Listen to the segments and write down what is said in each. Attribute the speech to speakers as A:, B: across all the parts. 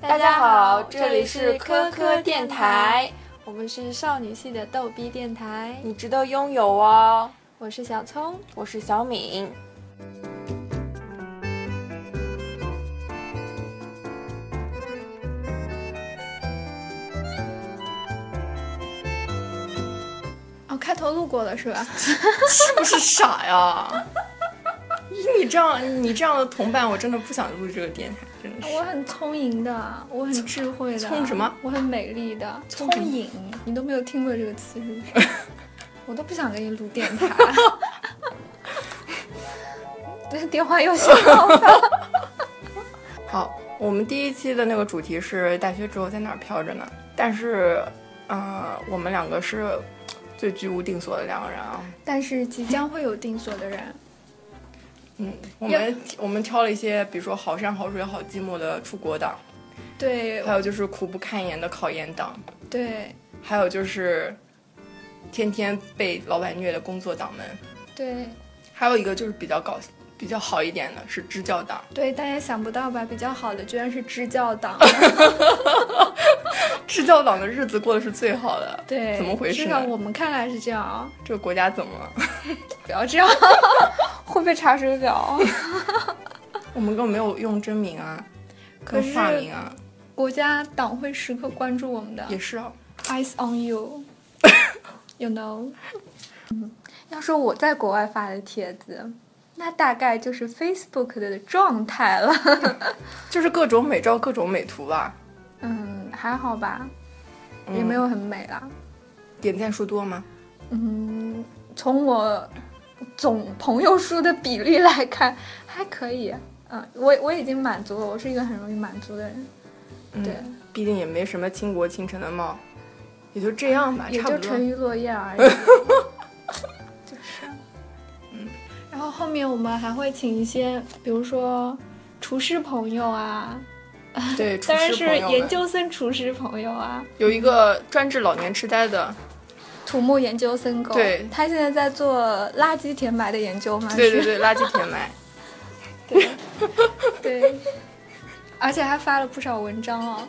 A: 大家好，这里是科科电台，我们是少女系的逗逼电台。
B: 你值得拥有哦。
A: 我是小聪，
B: 我是小敏。
A: 哦，开头录过了是吧？
C: 是 不是傻呀？以你这样你这样的同伴，我真的不想录这个电台，真的 是。
A: 我很聪颖的，我很智慧的，
C: 聪什么？
A: 我很美丽的，聪
C: 什么
A: 颖，你都没有听过这个词是 不是？我都不想跟你录电 台。那电话又响了，
C: 好，我们第一期的那个主题是大学之后在哪儿飘着呢？但是，呃，我们两个是嘖最居无定所的两个人啊。
A: 但是即将会有定所的人，
C: 嗯，我们我们挑了一些，比如说好山好水好寂寞的出国党，
A: 对
C: 还有就是苦不堪言的考研党，
A: 对
C: 还有就是天天被老板虐的工作党们，
A: 对
C: 还有一个就是比较搞比较好一点的是支教党。
A: 对，大家想不到吧？比较好的居然是支教党，
C: 支教党的日子过得是最好的。
A: 对，
C: 怎么回事
A: 至少
C: 呢
A: 我们看来是这样啊，
C: 这个国家怎么 了？
A: 不要 这样，
B: 会被查水
A: 啊
B: 表。
C: 我们根本没有用真名啊，
A: 可
C: 跟
A: 是
C: 化名啊，
A: 国家党会时刻关注我们的
C: 也是啊。
A: ，eyes on you，you know。嗯，要说我在国外发的帖子，那大概就是 Facebook 的状态了。
C: 就是各种美照、各种美图吧。
A: 嗯，还好吧，
C: 嗯
A: 也没有很美啦。
C: 点赞数多吗？
A: 嗯，从我总朋友数的比例来看，还可以。嗯，我我已经满足了，我是一个很容易满足的人。
C: 嗯
A: 对，
C: 毕竟也没什么倾国倾城的貌，也就这样吧，
A: 也
C: 差
A: 就
C: 不
A: 沉
C: 多。
A: 鱼落雁 而已。就是，嗯。然后后面我们还会请一些，比如说厨师朋友啊，
C: 对，厨
A: 当然
C: 师
A: 是
C: 朋友
A: 研
C: 们
A: 究生厨师朋友啊，
C: 有一个专治老年痴呆的，
A: 土木研究生狗。
C: 对
A: 他现在在做垃圾填埋的研究嘛？
C: 对对
A: 是
C: 对，垃圾填埋。
A: 对。而且还发了不少文章哦，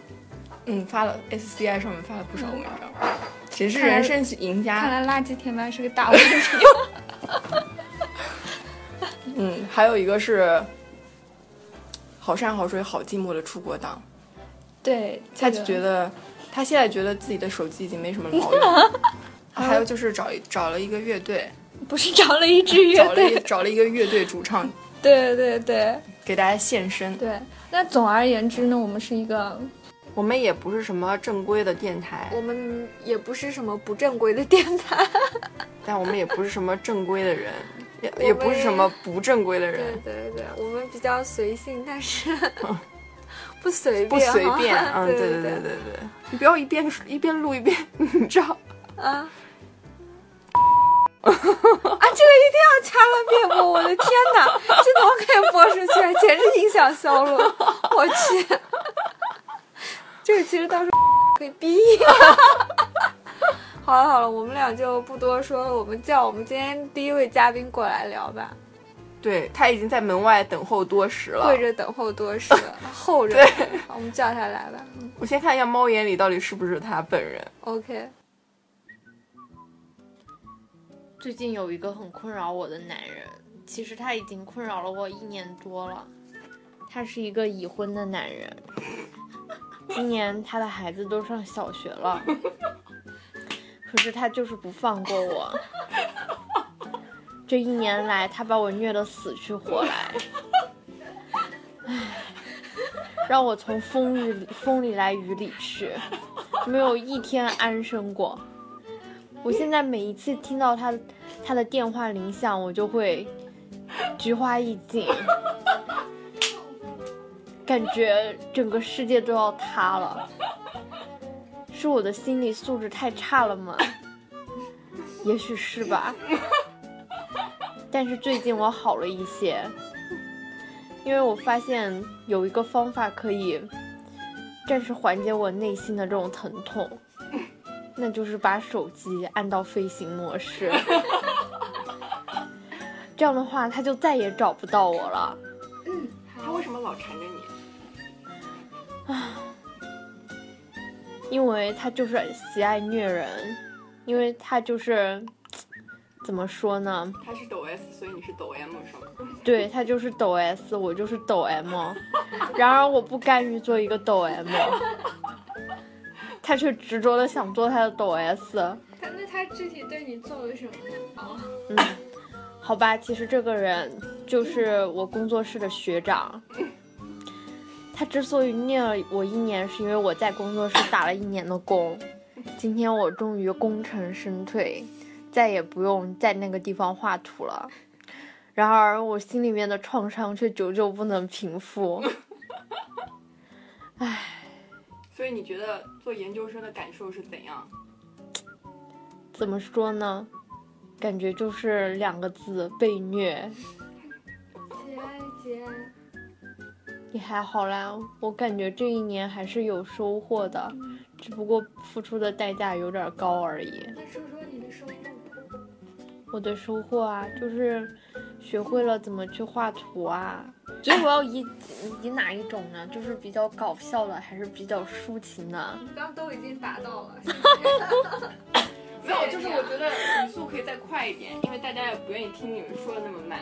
C: 嗯，发了 SCI 上面发了不少文章，谁是
A: 看来
C: 人生赢
A: 嗯
C: 家？
A: 看来垃圾填埋是个大问题。
C: 嗯，还有一个是好山好水好寂寞的出国党，
A: 对，啊
C: 他
A: 这
C: 就
A: 个
C: 觉得他现在觉得自己的手机已经没什么毛 用了。还有就是找一找了一个乐队，
A: 不是找了一支 乐
C: 找了一
A: 队，
C: 找了一个乐队主唱
A: 对对对
C: 给大家献身。
A: 对。那总而言之呢，我们是一个
B: 我们也不是什么正规的电台，
A: 我们嗯也不是什么不正规的电台，
B: 但我们也不是什么正规的人，也
A: 们
B: 也不是什么不正规的
A: 对
B: 人，
A: 对对，我们比较随性，但是不随便，
B: 不随 便。
A: 哈
B: 嗯，
A: 对啊
B: 对对
A: 对
B: 对对对，你不要一边一边录一边， 你知道。
A: 啊。 啊，这个一定要掐了别播！我的天哪， 这怎么可以播出去？啊简直影响销路！ 我去， 这个其实到时候 可以逼。好了好了，我们俩就不多说了，我们叫我们今天第一位嘉宾过来聊吧。
B: 对他已经在门外等候多时了。
A: 跪着等候多时，候着等。 好，我们叫他来吧。嗯
B: 我先看一下猫眼里到底是不是他本人。
A: OK，
D: 最近有一个很困扰我的男人，其实他已经困扰了我一年多了。他是一个已婚的男人，今年他的孩子都上小学了，可是他就是不放过我。这一年来，他把我虐得死去活来，唉，让我从风日风里来雨里去，没有一天安生过。我现在每一次听到他他的电话铃响，我就会菊花一紧，感觉整个世界都要塌了。是我的心理素质太差了吗？也许是吧。但是最近我好了一些，因为我发现有一个方法可以暂时缓解我内心的这种疼痛。那就是把手机按到飞行模式，这样的话他就再也找不到我了。
C: 他为什么老缠着你？
E: 因为他就是喜爱虐人，因为他就是怎么说呢？
C: 他是抖 S，所以你是抖 M 是吗？
E: 对他就是抖 S，我就是抖 M，然而我不甘于做一个抖 M，他却执着的想做他的抖 S。
A: 他那他具体对你做了什么呢？哦，
E: 嗯，好吧，其实这个人就是我工作室的学长。他之所以念了我一年，是因为我在工作室打了一年的工。今天我终于功成身退，再也不用在那个地方画图了。然而，我心里面的创伤却久久不能平复。
C: 所以你觉得做研究生的感受是怎样？
E: 怎么说呢？感觉就是两个字：被虐。
A: 节哀节哀。
E: 也还好啦，我感觉这一年还是有收获的，只不过付出的代价有点高而已。
A: 那说说你的收获。
E: 我的收获啊，就是学会了怎么去画图啊。所以我要以以哪一种呢？就是比较搞笑的，还是比较抒情的？
A: 你刚都已经达到 了，谢谢
C: 没有，就是我觉得语速可以再快一点，因为大家也不愿意听你们说的那么慢。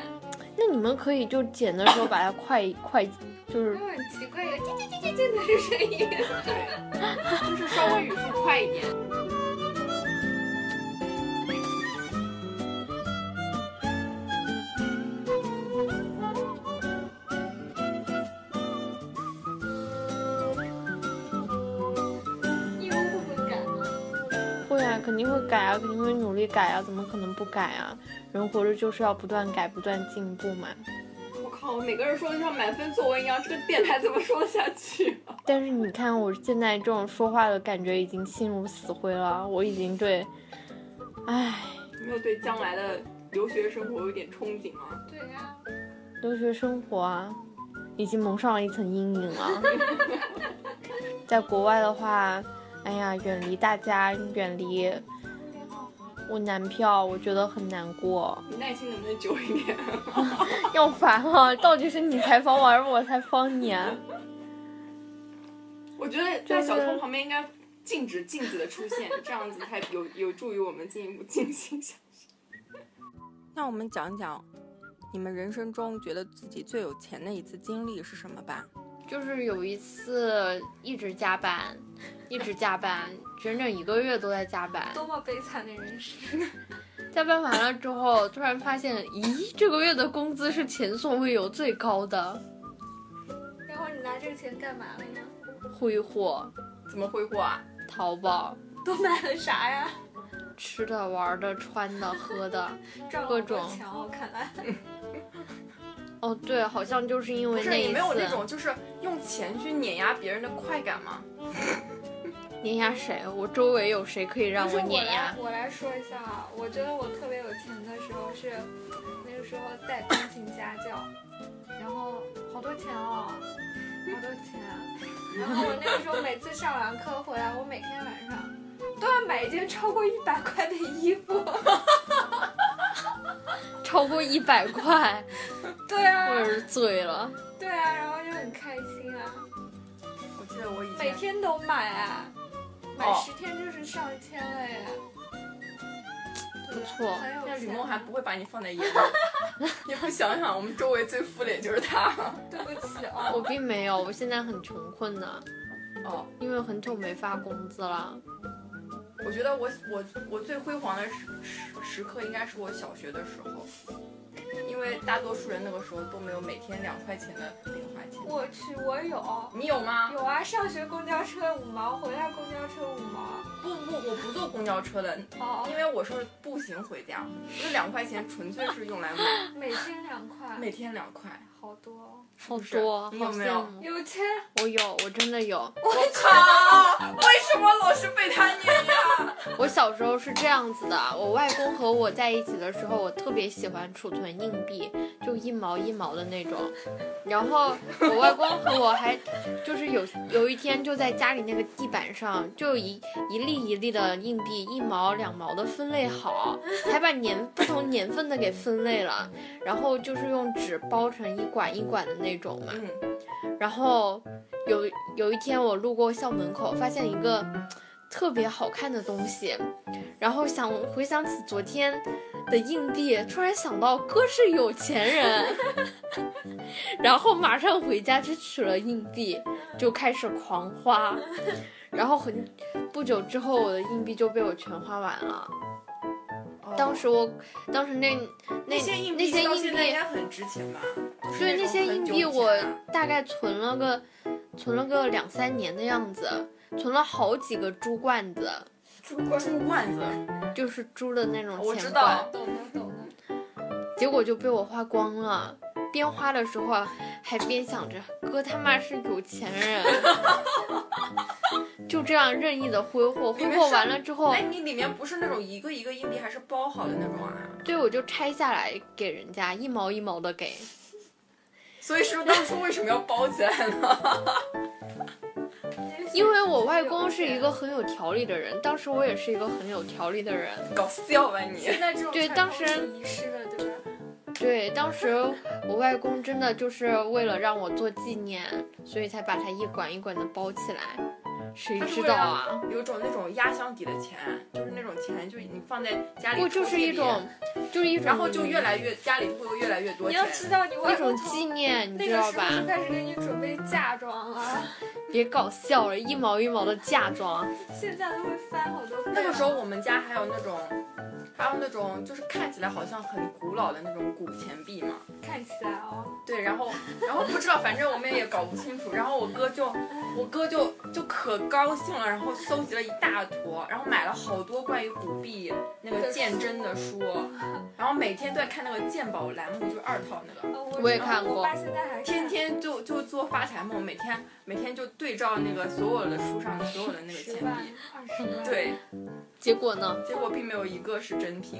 E: 那你们可以就剪的时候把它快快，就是
A: 那种很奇怪的叽叽叽叽叽的声音。
C: 对，就是稍微语速快一点。
A: 义乌会不会改呢？
E: 会啊，肯定会改啊，肯定会努力改啊，怎么可能不改啊？人活着就是要不断改，不断进步嘛。
C: 我靠，每个人说的像满分作文一样，这个电台怎么说得下去、啊？
E: 但是你看，我现在这种说话的感觉已经心如死灰了，我已经对，唉，
C: 没有对将来的留学生活有点憧憬吗？
A: 对呀、
E: 留学生活啊，已经蒙上了一层阴影了。 在国外的话，哎呀，远离大家，远离我男票，我觉得很难过。
C: 你耐心能不能久一点？
E: 要烦啊！到底是你采访我，还是我采访你啊？
C: 我觉得在小偷旁边应该禁止镜子的出现，这样子才有有助于我们进一步进行下去。
F: 那我们讲讲你们人生中觉得自己最有钱的一次经历是什么吧？
D: 就是有一次一直加班，一直加班，整整一个月都在加班。
A: 多么悲惨的人生！
D: 加班完了之后，突然发现，咦，这个月的工资是前所未有最高的，
A: 然后你拿这个钱干嘛了呢？
D: 挥霍，
C: 怎么挥霍啊？
D: 淘宝，
A: 都买了啥呀？
D: 吃的、玩的、穿的、喝的。
A: 赚了
D: 各
A: 好多
D: 种
A: 钱哦，看来。
D: 哦，对，好像就是因
C: 不
D: 为
C: 是
D: 那
C: 你
D: 一
C: 没有那
D: 次
C: 种就是用钱去碾压别人的快感吗？
D: 碾压谁，我周围有谁可以让
A: 就是我
D: 碾
A: 来
D: 压？
A: 我来说一下啊，我觉得我特别有钱的时候是那个时候带钢琴家教，然后好多钱哦，好多钱。然后我那个时候每次上完课回来，我每天晚上都要买一件超过一百块的衣服。
D: 超过一百块，
A: 对
D: 我
A: 啊，
D: 也是醉了。
A: 对啊，然后就很开心啊，
C: 我记得我以
A: 每
C: 前
A: 天都买啊，买
C: 哦
A: 十天就是上千了呀。啊
D: 不错
A: 很有
C: 那
A: 钱啊
C: 吕梦还不会把你放在眼 里，你不想想，我们周围最富的也就是他。
A: 对不起
D: 我
A: 哦，
D: 并没有，我现在很穷困呢，
C: 哦，
D: 因为很久没发工资了。
C: 我觉得我我我最辉煌的时时时刻应该是我小学的时候，因为大多数人那个时候都没有每天两块钱的零花钱。
A: 我去，我有。
C: 你有吗？
A: 有啊，上学公交车五毛，回来公交车五毛。
C: 不不，我不坐公交车的，因
A: 哦，
C: 为我是步行回家，那两块钱纯粹是用来买，
A: 每天两块，
C: 每天两块，
A: 好多、哦。
D: 好
C: 是
D: 多，
C: 你
D: 好
C: 有没
D: 羡
C: 有
D: 慕
A: 有钱，
D: 我有，我真的有。
C: 我靠！为什么老是被他碾压？
D: 我小时候是这样子的，我外公和我在一起的时候，我特别喜欢储存硬币，就一毛一毛的那种。然后我外公和我还就是有有一天就在家里那个地板上，就有一一粒一粒的硬币，一毛两毛的分类好，还把年不同年份的给分类了，然后就是用纸包成一管一管的那种嘛。
C: 嗯，
D: 然后有有一天我路过校门口，发现一个特别好看的东西，然后想回想起昨天的硬币，突然想到哥是有钱人， 然后马上回家去取了硬币，就开始狂花，然后很不久之后我的硬币就被我全花完了。
C: 哦
D: 当时我，当时那那
C: 那些
D: 那
C: 硬币
D: 些
C: 到
D: 硬
C: 现在应
D: 币
C: 该很值钱吧？就是
D: 对那
C: 那种
D: 些
C: 很
D: 硬
C: 久
D: 币，
C: 以前
D: 我
C: 啊
D: 大概存了个存了个两三年的样子，存了好几个猪罐子，
A: 主管
C: 猪罐子，
D: 就是猪的那种
C: 我
D: 钱
C: 知
D: 罐，
C: 道，
A: 懂的懂的。
D: 结果就被我花光了。边花的时候啊还边想着哥他妈是有钱 人，就这样任意的挥霍，挥
C: 面
D: 霍
C: 是
D: 完了之
A: 哦
D: 后
C: 哎，，你里面不是那种一个一个硬币，还是包好的那种啊？
D: 对我就拆下来给人家一毛一毛的给，
C: 所以说当初为什么要包起来呢？
D: 因为我外公是一个很有条理的人，当时我也是一个很有条理的人，
C: 搞笑吧你！
A: 现在这种
D: 对
A: 传
D: 当
A: 统
D: 时
A: 是遗失的，对吧？
D: 对，当时我外公真的就是为了让我做纪念，所以才把它一管一管的包起来。谁
C: 他是
D: 知
C: 为
D: 道
C: 了
D: 啊？
C: 有种那种压箱底的钱，就是那种钱，就是你放在家里
D: 不
C: 抽屉
D: 就
C: 里，
D: 是一种，就是一种，
C: 然后就越来越家里会有越来越多
A: 你
C: 钱
A: 要。知道，你
D: 一
A: 外
D: 种
A: 公
D: 纪
A: 从
D: 念，你
A: 那
D: 知
A: 个
D: 道
A: 时
D: 吧
A: 候？就开始给你准备嫁妆了，
D: 别搞笑了，一毛一毛的嫁妆，
A: 现在都会翻好多倍了。
C: 那个时候我们家还有那种，还有那种就是看起来好像很古老的那种古钱币嘛。
A: 看起来哦，
C: 对，然后然后不知道，反正我们也搞不清楚。然后我哥就我哥就就可高兴了，然后搜集了一大坨，然后买了好多关于古币那个鉴真的书， 然后每天都在看那个鉴宝栏目，就是二套那个。
A: 呃
D: 我
A: 我
D: 也看过
A: 我爸现在还看
C: 天天就就做发财梦，每天每天就对照那个所有的书上所有的那个钱
A: 十万
C: 币，、
A: 二十 万，，
C: 对，
D: 结果呢？
C: 结果并没有一个是真品，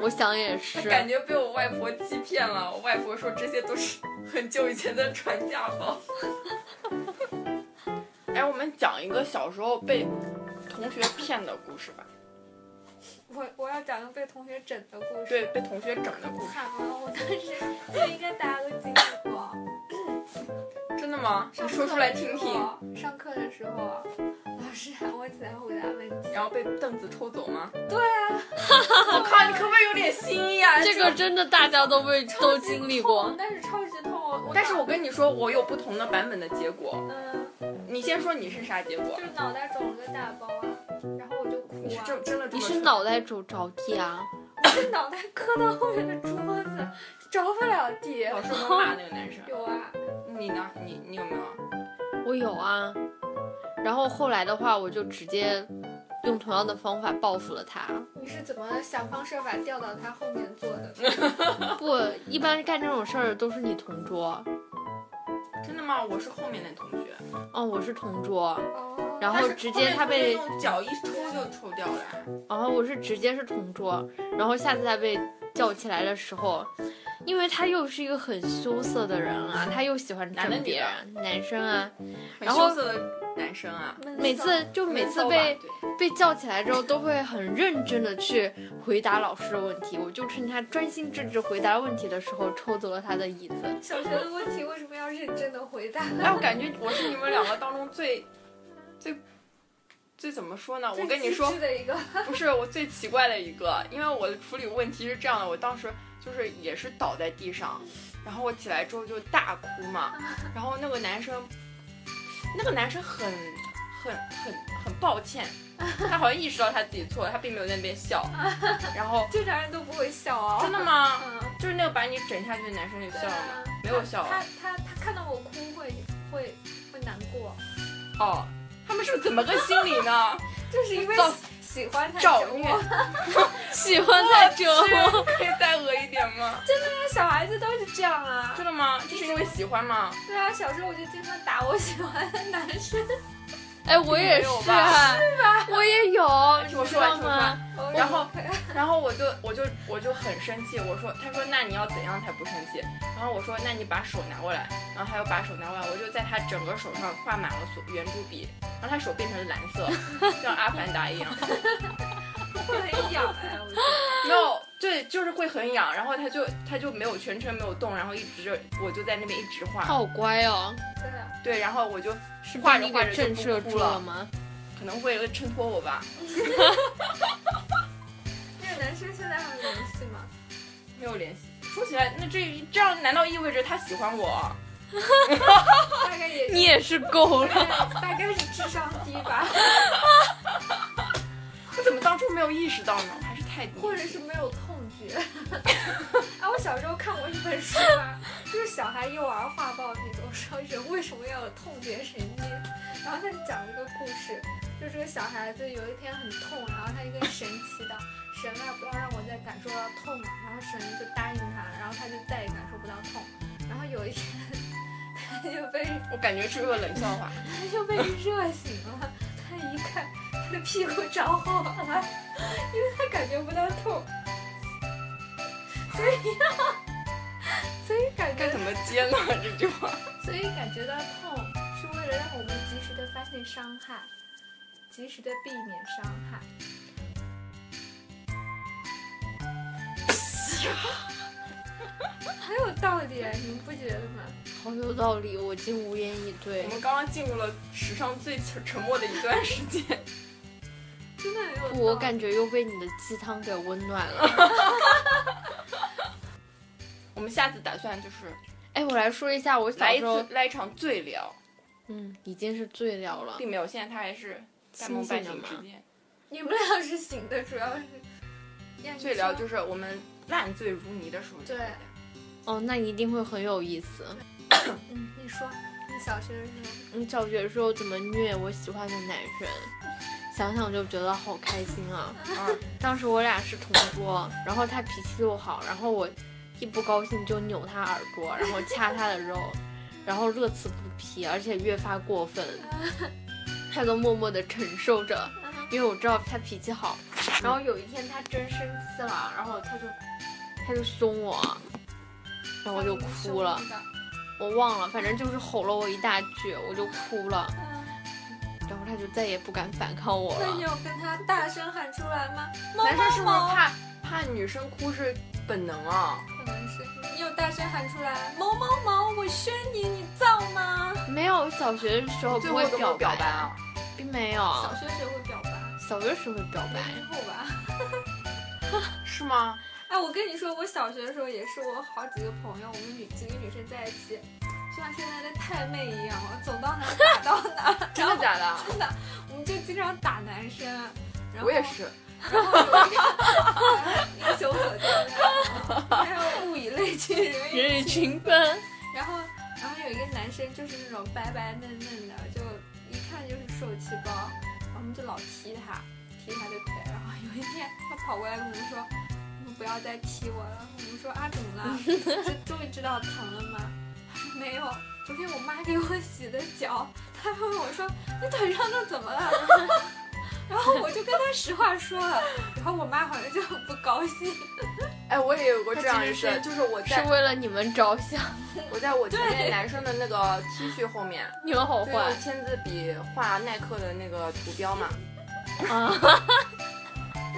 D: 我想也是，
C: 感觉被我外婆欺骗了。我外婆说这些都是 很久以前的传家宝。 哎，我们讲一个小时候被同学骗的故事吧。
A: 我我要讲一个被同学整的故事。
C: 对，被同学整的故事。
A: 惨了，我当时这应该大家都经历过。
C: 真的吗？你
A: 上
C: 说
A: 课
C: 出来
A: 的时
C: 听听。
A: 候，上课的时候，啊老师喊我起来回答问题，
C: 然后被凳子抽走吗？对啊。 我靠，你可不可以有点新意啊？
D: 这个真的大家都被都经历过。
A: 但是超级痛，啊我
C: 但是我跟你说，我有不同的版本的结果。
A: 嗯，
C: 你先说你是啥结果
A: 就？是脑袋肿了个大包啊，然后我就哭
C: 你是
A: 啊，
C: 真真的这
D: 你
C: 么
D: 是
C: 说
D: 脑袋肿着地啊？
A: 这脑袋磕到后面的桌子，着不了地。
C: 老师有没有骂那个男生？
A: 有啊，
C: 你呢？你你有没有？
D: 我有啊。然后后来的话，我就直接用同样的方法报复了他。
A: 你是怎么想方设法调到他后面坐 的？
D: 不，一般干这种事儿都是你同桌。
C: 真的吗？我是后面那同学，
D: 哦，我是同桌，
A: 哦，
D: 然后直接他被
C: 但是，后面同学用脚一抽就抽掉了。
D: 然后哦我是直接是同桌，然后下次他被叫起来的时候，因为他又是一个很羞涩的人啊，他又喜欢
C: 男的
D: 整别人，男生啊，
C: 很
D: 然后
C: 羞涩的男生啊，
D: 每次就每次
C: 被
D: 被被叫起来之后，都会很认真的去回答老师的问题。我就趁他专心致志回答问题的时候，抽走了他的 椅子。
A: 小学的问题为什么要认真的回答？
C: 哎，我感觉我是你们两个当中最最最怎么说呢？我跟你说
A: 最机，智的一个，
C: 不是我最奇怪的一个，因为我的处理问题是这样的，我当时就是也是倒在地上，然后我起来之后就大哭嘛，然后那个男生，那个男生很很很很抱歉，他好像意识到他自己错了，他并没有在那边笑，然后
A: 正常人都不会笑啊、
C: 真的吗？
A: 嗯，
C: 就是那个把你整下去的男生就笑
A: 对
C: 了
A: 啊
C: 吗？，没有笑
A: 他
C: 啊，
A: 他他看到我哭会会会难过，
C: 哦，他们是怎么个心理呢？
A: 就是因为
C: 造
A: 喜喜欢他
C: 找
A: 折
C: 虐，
A: 磨。
D: 喜欢他折磨。
C: 可以再恶一点吗？
A: 那 小孩子都是这样啊。
C: 真的吗？就是因为喜欢吗？
A: 对啊，小时候我就经常打我喜欢的男生。
D: 哎，我也
C: 没有
D: 是
C: 吧
D: 啊，我也有，
C: 听我
D: 你知
C: 说完
D: 道
C: 听我说完
D: 吗？
C: 然后然后我就我就我就很生气，我说，他说那你要怎样才不生气？然后我说那你把手拿过来，然后他又把手拿过来，我就在他整个手上画满了所圆珠笔，然后他手变成蓝色，像阿凡达一样。
A: 会很痒哎，我觉得
C: 没有，对，就是会很痒，然后他就他就没有全程没有动，然后一直就我就在那边一直
D: 他
C: 画，
D: 好乖哦，
A: 对啊，
C: 对，然后我就是画
D: 被
C: 着
D: 你
C: 画着
D: 给
C: 就
D: 震慑
C: 不哭
D: 住
C: 了
D: 了吗？
C: 可能为了衬托我吧，
A: 那个男生现在还有联系吗？
C: 没有联系。说起来，那这这样难道意味着他喜欢我？
A: 大概也
D: 你也是够了，
A: 大概大概是智商低吧，
C: 我怎么当初没有意识到呢？还是太低
A: 或者是没有痛觉。哎、我小时候看过一本书啊，就是小孩幼儿画报那种，说人为什么要有痛觉神经？然后他就讲了一个故事，就这个小孩子有一天很痛，然后他就跟神祈祷，神啊，不要让我再感受到痛了。然后神就答应他了，然后他就再也感受不到痛。然后有一天， 他就被
C: 我感觉是个冷笑 话。
A: 他就被热醒了，他一看他的屁股着火了，因为他感觉不到痛，所以呀、所以感
C: 该
A: 觉
C: 怎么接呢？这句话
A: 所以感觉到痛是为了让我们及时的发现伤害，及时的避免伤害。很有道理，啊你们不觉得吗？
D: 好有道理，我竟无言以对
C: 我。们刚刚进入了史上最沉默的一段时间。
A: 真的很有道理。
D: 我感觉又被你的鸡汤给温暖了。
C: 我们下次打算就是
D: 哎，我来说一下我小
C: 来一
D: 时候
C: 次，来一场醉聊，
D: 嗯，已经是醉了了，
C: 并没有，现在他还是半梦半醒之间。
A: 你们俩是醒的，主要是呀你
C: 醉聊
A: 说
C: 就是我们烂醉如泥的时候。
A: 对
D: 哦，那一定会很有意思。
A: 嗯，你说，你小学的时候，
D: 嗯，小学的时候怎么虐我喜欢的男生，想想就觉得好开心啊。
C: 嗯
D: 当时我俩是同桌，然后他脾气又好，然后我一不高兴就扭他耳朵，然后掐他的肉，然后乐此不疲，而且越发过 分。他都默默地承受着，因为我知道他脾气好。嗯然后有一天他真生气了，然后他就他就凶我，然后我就哭了。
A: 嗯
D: 我忘了，反正就是吼了我一大句，我就哭了，
A: 嗯，
D: 然后他就再也不敢反抗我
A: 那你
D: 了。
A: 有跟他大声喊出来吗？
C: 男生是不是怕怕女生哭是本能啊？
A: 可能是你有大声喊出来，某某某，我宣你，你造吗？
D: 没有，小学的时候
C: 最
D: 不
C: 后
D: 会
C: 有没有哦表
D: 白，
C: 白啊？
D: 并没有，
A: 小学学会表白，
D: 小学时会表白。
A: 零后吧。
C: 是吗？
A: 哎，我跟你说，我小学的时候也是，我好几个朋友，我们女几个女生在一起，就像现在的太妹一样，我走到哪儿打到哪儿，
C: 真的假的？
A: 真的，我们就经常打男生。然后
C: 我也是，
A: 然后有一个英雄所见略同，还有物以类聚，人以
D: 人以群分，
A: 然后，然后有一个男生就是那种白白嫩嫩的，就一看就是受气包，然后我们就老踢他，踢他的腿。然后有一天他跑过来跟我们说：“你们不要再踢我了。”我们说：“啊，怎么了？是终于知道疼了吗？”他说：“没有，昨天我妈给我洗的脚。”他问我说：“你腿上都怎么了？”然后我就跟他实话说了，然后我妈好像就很不高兴。
C: 哎，我也有过这样一
D: 他
C: 次，
D: 其
C: 就是 我
D: 是
C: 在
D: 为了你们着想，
C: 我在我前面男生的那个 T 恤后面，
D: 你们好
C: 我用
D: 坏
C: 签字笔画耐克的那个图标嘛，
D: 啊！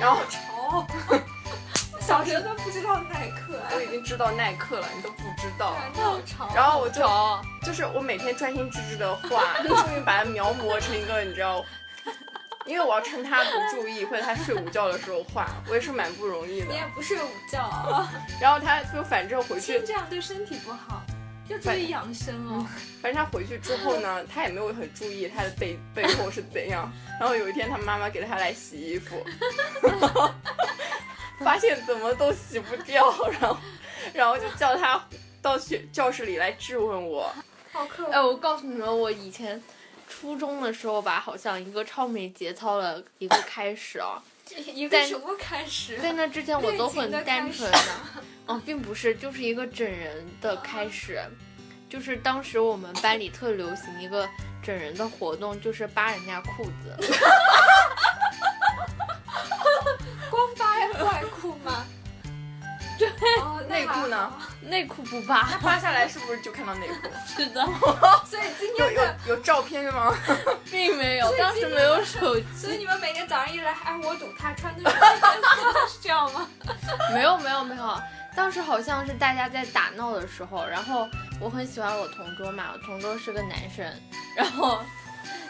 C: 然后
A: 哦，小学都不知道耐克，哎
C: 我已经知道耐克了，你都不知道。
A: 那我潮。
C: 然后我就就是我每天专心致志的画， 终于把它描摹成一个你知道，因为我要趁他不注意或者他睡午觉的时候画，我也是蛮不容易的
A: 你。也不睡午觉 啊，
C: 然后他就反正回去
A: 这样对身体不好，要注意养生哦。
C: 反正他回去之后呢，他也没有很注意他的背背后是怎样。然后有一天，他妈妈给他来洗衣服， 发现怎么都洗不掉，然后然后就叫他到学教室里来质问我。
A: 好客
C: 呃
D: 哎，我告诉你们，我以前初中的时候吧，好像一个超没节操的一个开始啊。
A: 一个
D: 在
A: 什么开始？
D: 在那之前我都很单纯
A: 恋
D: 的， 哦，并不是，就是一个整人的开始，就是当时我们班里特流行一个整人的活动，就是扒人家裤子，
A: 光扒外裤吗？哦，那
C: 内裤呢
A: 还好？
D: 内裤不扒，
C: 他扒下来是不是就看到内裤？
D: 是的，
A: 所以今
C: 有
A: 天
C: 有
A: 的，
C: 有照片吗？
D: 并没有，当时没有手机，
A: 所以你们每天早上一来，哎，我赌他穿的是这个颜色，是这样 吗？
D: 没有没有没有，当时好像是大家在打闹的时候，然后我很喜欢我同桌嘛，我同桌是个男生，然后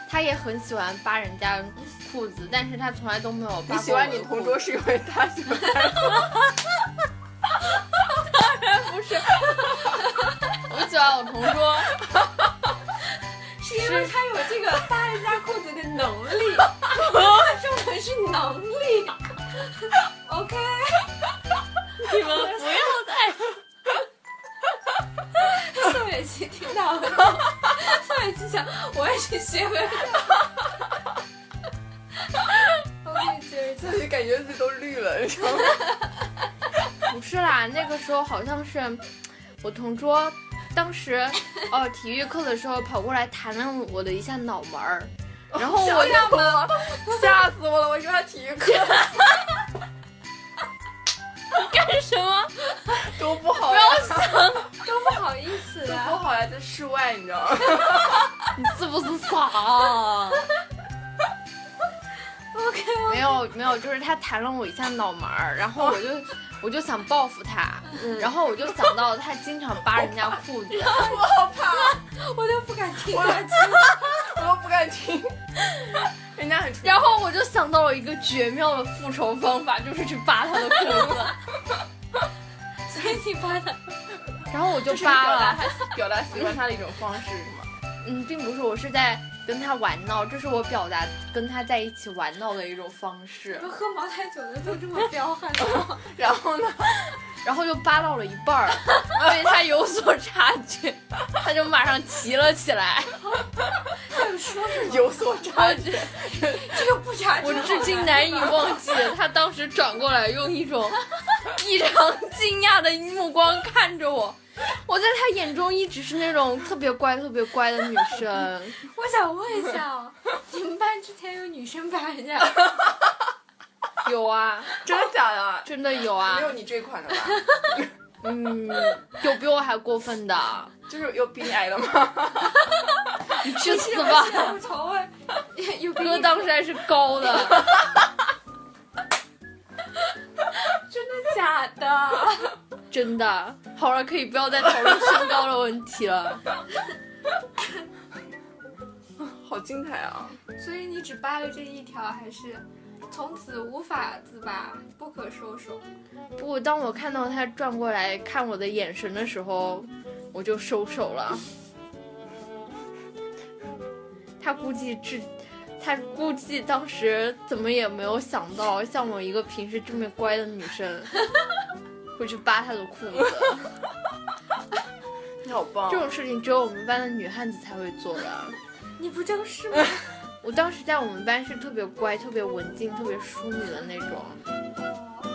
D: 他也很喜欢扒人家裤子，但是他从来都没有扒过
C: 你喜欢
D: 我的
C: 你同
D: 裤
C: 桌
D: 子
C: 是因为他喜欢
D: 我喜欢我同 桌，
A: 是因为他有这个扒人家裤子的能 力， 重点是能力。OK，
D: 你们不要再
A: 宋雨琦听到了，宋雨琦想，我也去学个。OK，接着讲
C: 自己，感觉自己都绿了，你知 道吗？
D: 不是啦，那个时候好像是我同桌，当 时哦体育课的时候跑过来弹了我的一下脑门儿，然后我
C: 哦想吗？ 吓死我了！我说他体育课
D: 干什 么？
C: 多不好呀，
A: 都不好意思
C: 多不
A: 啊。
C: 好呀，在室外，你知道吗？
D: 你是不是傻？
A: OK，
D: 没有没有，就是他弹了我一下脑门儿，然后我就
C: 哦
D: 我就想报复他，
C: 嗯
D: 然后我就想到他经常扒人家裤子，
C: 哦
A: 我都不敢听
C: 我
A: 了。
C: 我都不敢 听，人家很出。
D: 然后我就想到了一个绝妙的复仇方法，就是去扒他的 裤子，
A: 所以你把他，
D: 然后我就
C: 这是
D: 扒
C: 表
D: 了
C: 达。他表达喜欢他的一种方式是吗？
D: 嗯，并不是，我是在跟他玩闹，这是我表达跟他在一起玩闹的一种方式。
A: 都喝茅台酒的都这么彪悍了，
C: 然后呢？
D: 然后就扒到了一半儿，被他有所察觉，他就马上急了起来。
A: 这个说什
D: 嗯
A: 么？
C: 有所察觉，
A: 这个不查，
D: 我至今难以忘记，他当时转过来用一种异常惊讶的目光看着我。我在他眼中一直是那种特别乖、特别乖的女生，
A: 我想问一下啊，你们班之前有女生把人家啊？
D: 有啊，
C: 真的假的？
D: 真的有啊
C: 没，有你这款的吧？
D: 嗯，有比我还过分的，
C: 就是有比你矮的吗？
D: 你去死吧！
A: 我仇问，有比
D: 哥
A: 你
D: 当时还是高的，
A: 真的假的？
D: 真的。好了，可以不要再讨论身高的问题了。
C: 好精彩啊！
A: 所以你只扒了这一条，还是从此无法自拔，不可收手？
D: 不，当我看到他转过来看我的眼神的时候，我就收手了。他估计至，他估计当时怎么也没有想到，像我一个平时这么乖的女生， 会去扒他的裤子。
C: 你好棒
D: 这！种事情只有我们班的女汉子才会做的。
A: 你不就是 吗？
D: 我当时在我们班是特别乖、特别文静、特别淑女的那种。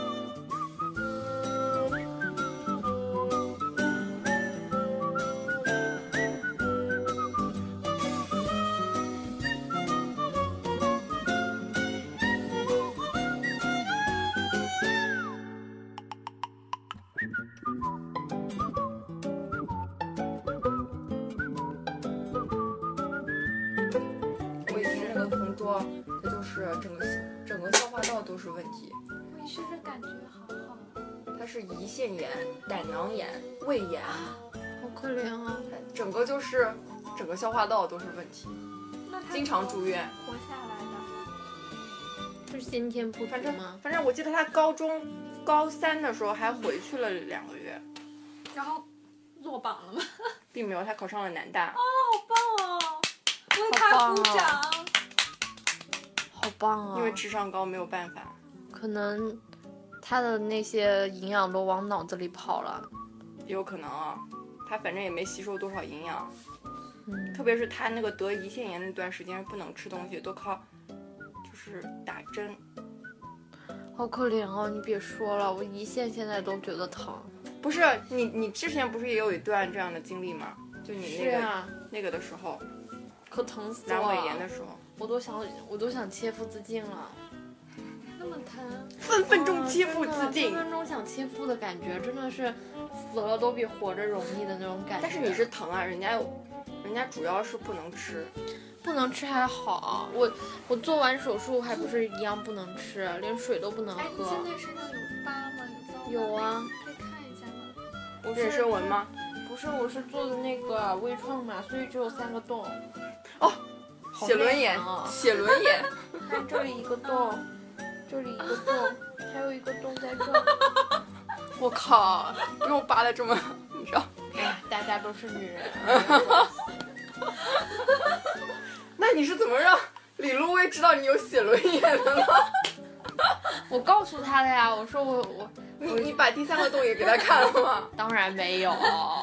C: 我以前那个同桌，他就是整个整个消化道都是问题，
A: 我学的感觉好好，
C: 他是胰腺炎、胆囊炎、胃炎，
D: 好可怜啊！
C: 整个就是整个消化道都是问题，
A: 那他
C: 经常住院。
A: 活下来的，
D: 是先天不
C: 反
D: 足
C: 正
D: 吗？
C: 反正我记得他高中高三的时候还回去了两个月，
A: 然后落榜了吗？
C: 并没有，他考上了南大。
A: 棒哦，为他鼓掌。
D: 好棒啊！
C: 因为智商高没有办法。
D: 可能他的那些营养都往脑子里跑了。
C: 也有可能啊，他反正也没吸收多少营养，
D: 嗯，
C: 特别是他那个得胰腺炎那段时间是不能吃东西，都靠就是打针。
D: 好可怜哦！你别说了，我胰腺现在都觉得疼。
C: 不是你，你之前不是也有一段这样的经历吗？就你那个、，那个的时候，
D: 啊可疼死
C: 阑
D: 我
C: 尾炎
D: 了！
C: 的时候，
D: 我都想，我都想切腹自尽了。
A: 那
D: 么贪，
C: 分分钟欺负自
D: 啊真的
C: 尽
D: 分。分钟想欺负的感觉，真的是死了都比活着容易的那种感觉。
C: 但是你是疼啊，人家，人家主要是不能吃。
D: 不能吃还好，啊我我做完手术还不是一样不能吃，连水都不能
A: 哎，你
D: 喝
A: 现。在身上有疤吗？有痘吗？
D: 有，啊，
A: 可以看一下吗？
D: 不
C: 妊
D: 是
C: 娠纹吗？
D: 不是，我是做的那个微创嘛，所以只有三个洞，好
C: 写轮眼
D: 面疼啊，
C: 写轮眼，
D: 看这里一个 洞，这里一个洞，还有一个洞在这。
C: 我靠，不用扒的这么，你知道？
D: 哎，大家都是女人。啊
C: 那你是怎么让李璐薇知道你有写轮眼 的呢？
D: 我告诉他的呀，我说我我
C: 你你把第三个洞也给她看 了吗？
D: 当然没有。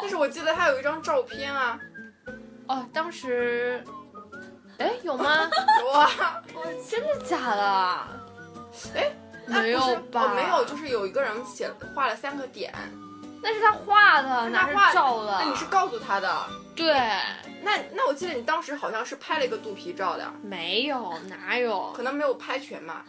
C: 但是我记得她有一张照片啊，
D: 哦，当时，哎，有吗？
C: 哇，
D: 真的假的？
C: 那不是
D: 没有吧啊
C: 哦没有，就是有一个人写画了三个点，
D: 那是他画的，
C: 那
D: 哪
C: 是
D: 是
C: 他画的
D: 照的？
C: 那你是告诉她的。
D: 对，
C: 那那我记得你当时好像是拍了一个肚皮照的，
D: 没有，哪有？
C: 可能没有拍全嘛。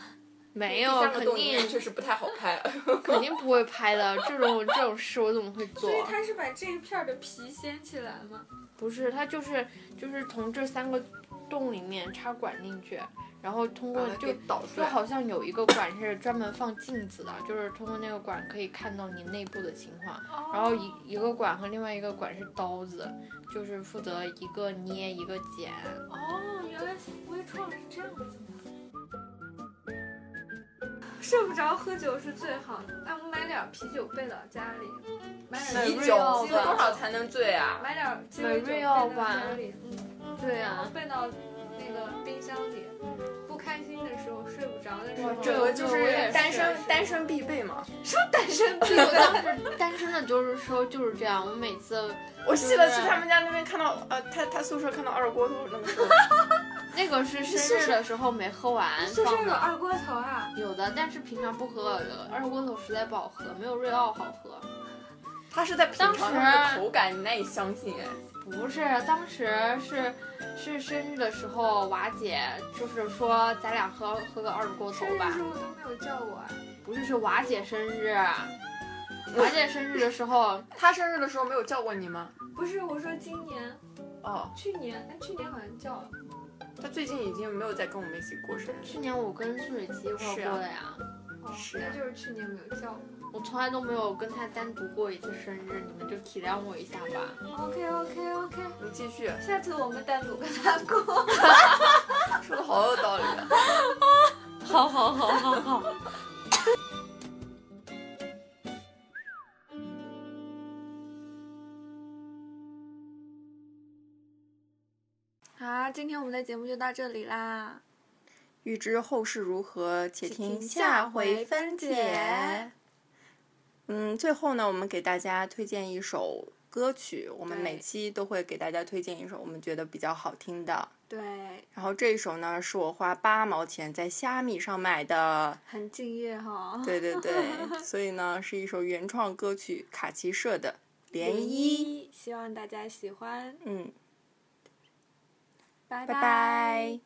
D: 没
C: 第
D: 有，
C: 三个
D: 肯
C: 洞里面
D: 定
C: 确实不太好 拍。
D: 肯定不会拍的。这种这种事我怎么会做
A: 所？以他是把这一片儿的皮掀起来吗？
D: 不是，他就是就是从这三个洞里面插管进去，然后通过
C: 把它
D: 就
C: 给导出
D: 就
C: 来。
D: 好像有一个管是专门放镜子的，就是通过那个管可以看到你内部的情况。然后一一个管和另外一个管是刀子，就是负责一个捏一个剪。
A: 哦，原来微创是这样子的。睡不着喝酒是最好的，那我买点儿啤酒备到家里，买点儿
C: 啤
D: 啤
C: 酒
D: 酒
C: 多
D: 多
C: 少
D: 少
C: 才能醉啊？
A: 买点儿鸡尾酒备到家里，嗯，
D: 对
A: 然 后
D: 啊，
A: 备到那个冰箱里。不开心的时候，睡不着的时候，
C: 这个就
D: 我也
C: 是
D: 是
C: 单身单身必备嘛。
A: 单身
D: 所以我当时单身的就是说就是这样，我每次
C: 我记得去他们家那边看到，呃，他他宿舍看到二锅头那个 时候，
D: 那个是生日的时候没喝完
A: 宿舍
D: 放
A: 有
D: 的，
A: 二锅头啊，
D: 有的，但是平常不喝，呃二锅头实在不好喝，没有瑞奥好喝。
C: 他是在品尝
D: 当时
C: 它的口感，你难以相信哎。
D: 不是，当时是是生日的时候，瓦姐就是说咱俩喝喝个二锅头
A: 生日
D: 吧
A: 时。候都没有叫我啊。
D: 不是，是瓦姐生日。瓦姐生日的时候，
C: 他生日的时候没有叫过你吗？
A: 不是，我说今年、
C: 哦，
A: 去年，哎，去年好像叫了。
C: 他最近已经没有再跟我们一起过生日。
D: 去年我跟宋雨琦一块儿
C: 是啊
D: 过的呀，
A: 哦，
C: 是啊
A: 那就是去年没有叫我。
D: 我从来都没有跟她单独过一次生日，你们就体谅我一下吧。
A: OK OK OK，
C: 你继续，
A: 下次我们单独跟他过。
C: 说的好有道理啊。
D: 好好好好好。
A: 好，今天我们的节目就到这里啦。
F: 欲知后事如何，且听下回分解。嗯，最后呢，我们给大家推荐一首歌曲，我们
A: 对
F: 每期都会给大家推荐一首我们觉得比较好听的。
A: 对，
F: 然后这一首呢，是我花八毛钱在虾米上买的，
A: 很敬 业哈、
F: 对对对，所以呢，是一首原创歌曲卡奇社的《涟漪》。
A: 一，希望大家喜欢，
F: 嗯，
A: 拜
F: 拜拜。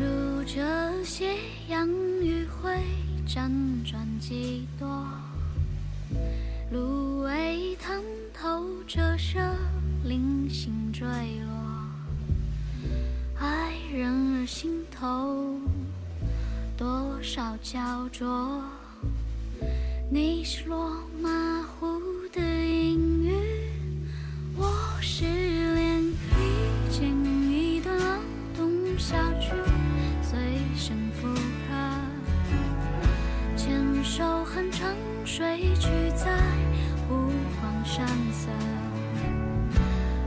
G: 如这斜阳余晖，辗转几多。芦苇滩头折射，零星坠落。爱人儿心头，多少焦灼。你是落马湖的阴雨，我是涟漪，剪一段浪动小曲，随声附和。千手寒长水曲在湖光山色，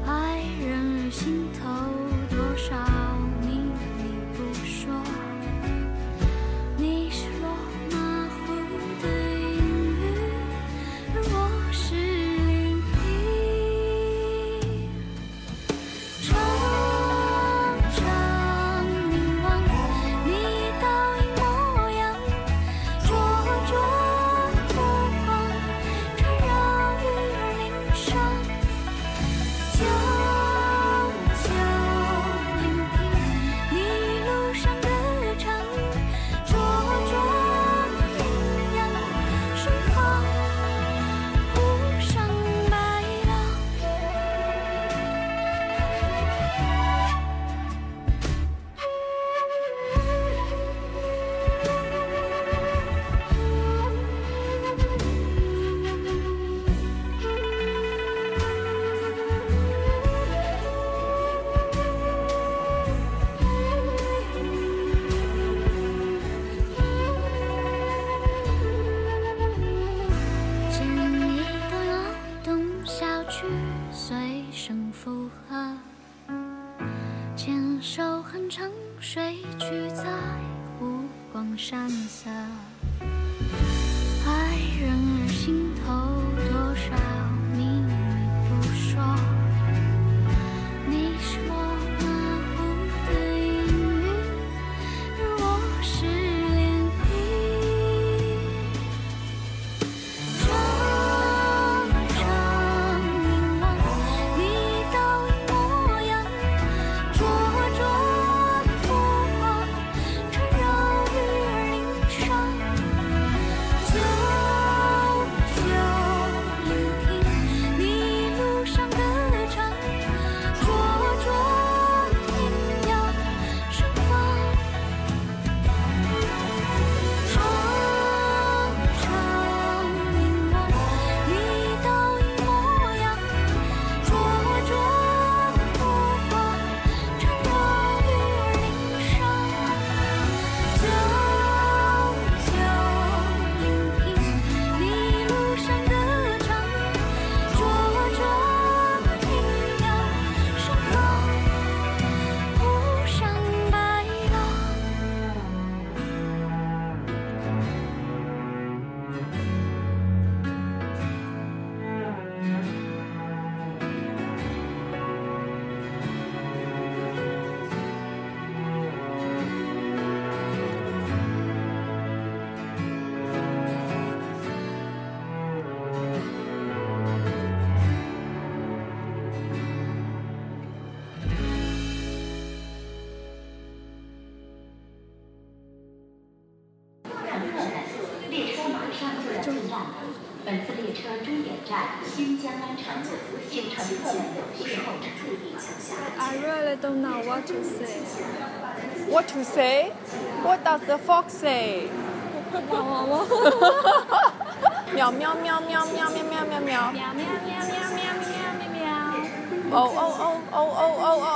G: 爱人儿心头多少秘密不说。你是落
H: 站新江安长久，请乘客们有事后注意脚下。
I: I really don't know what to say.
C: What to say? What does the fox say? 喵喵喵喵喵喵喵喵喵。
G: 喵喵喵喵喵喵喵
C: 哦哦
G: 喵。
C: 哦哦哦哦哦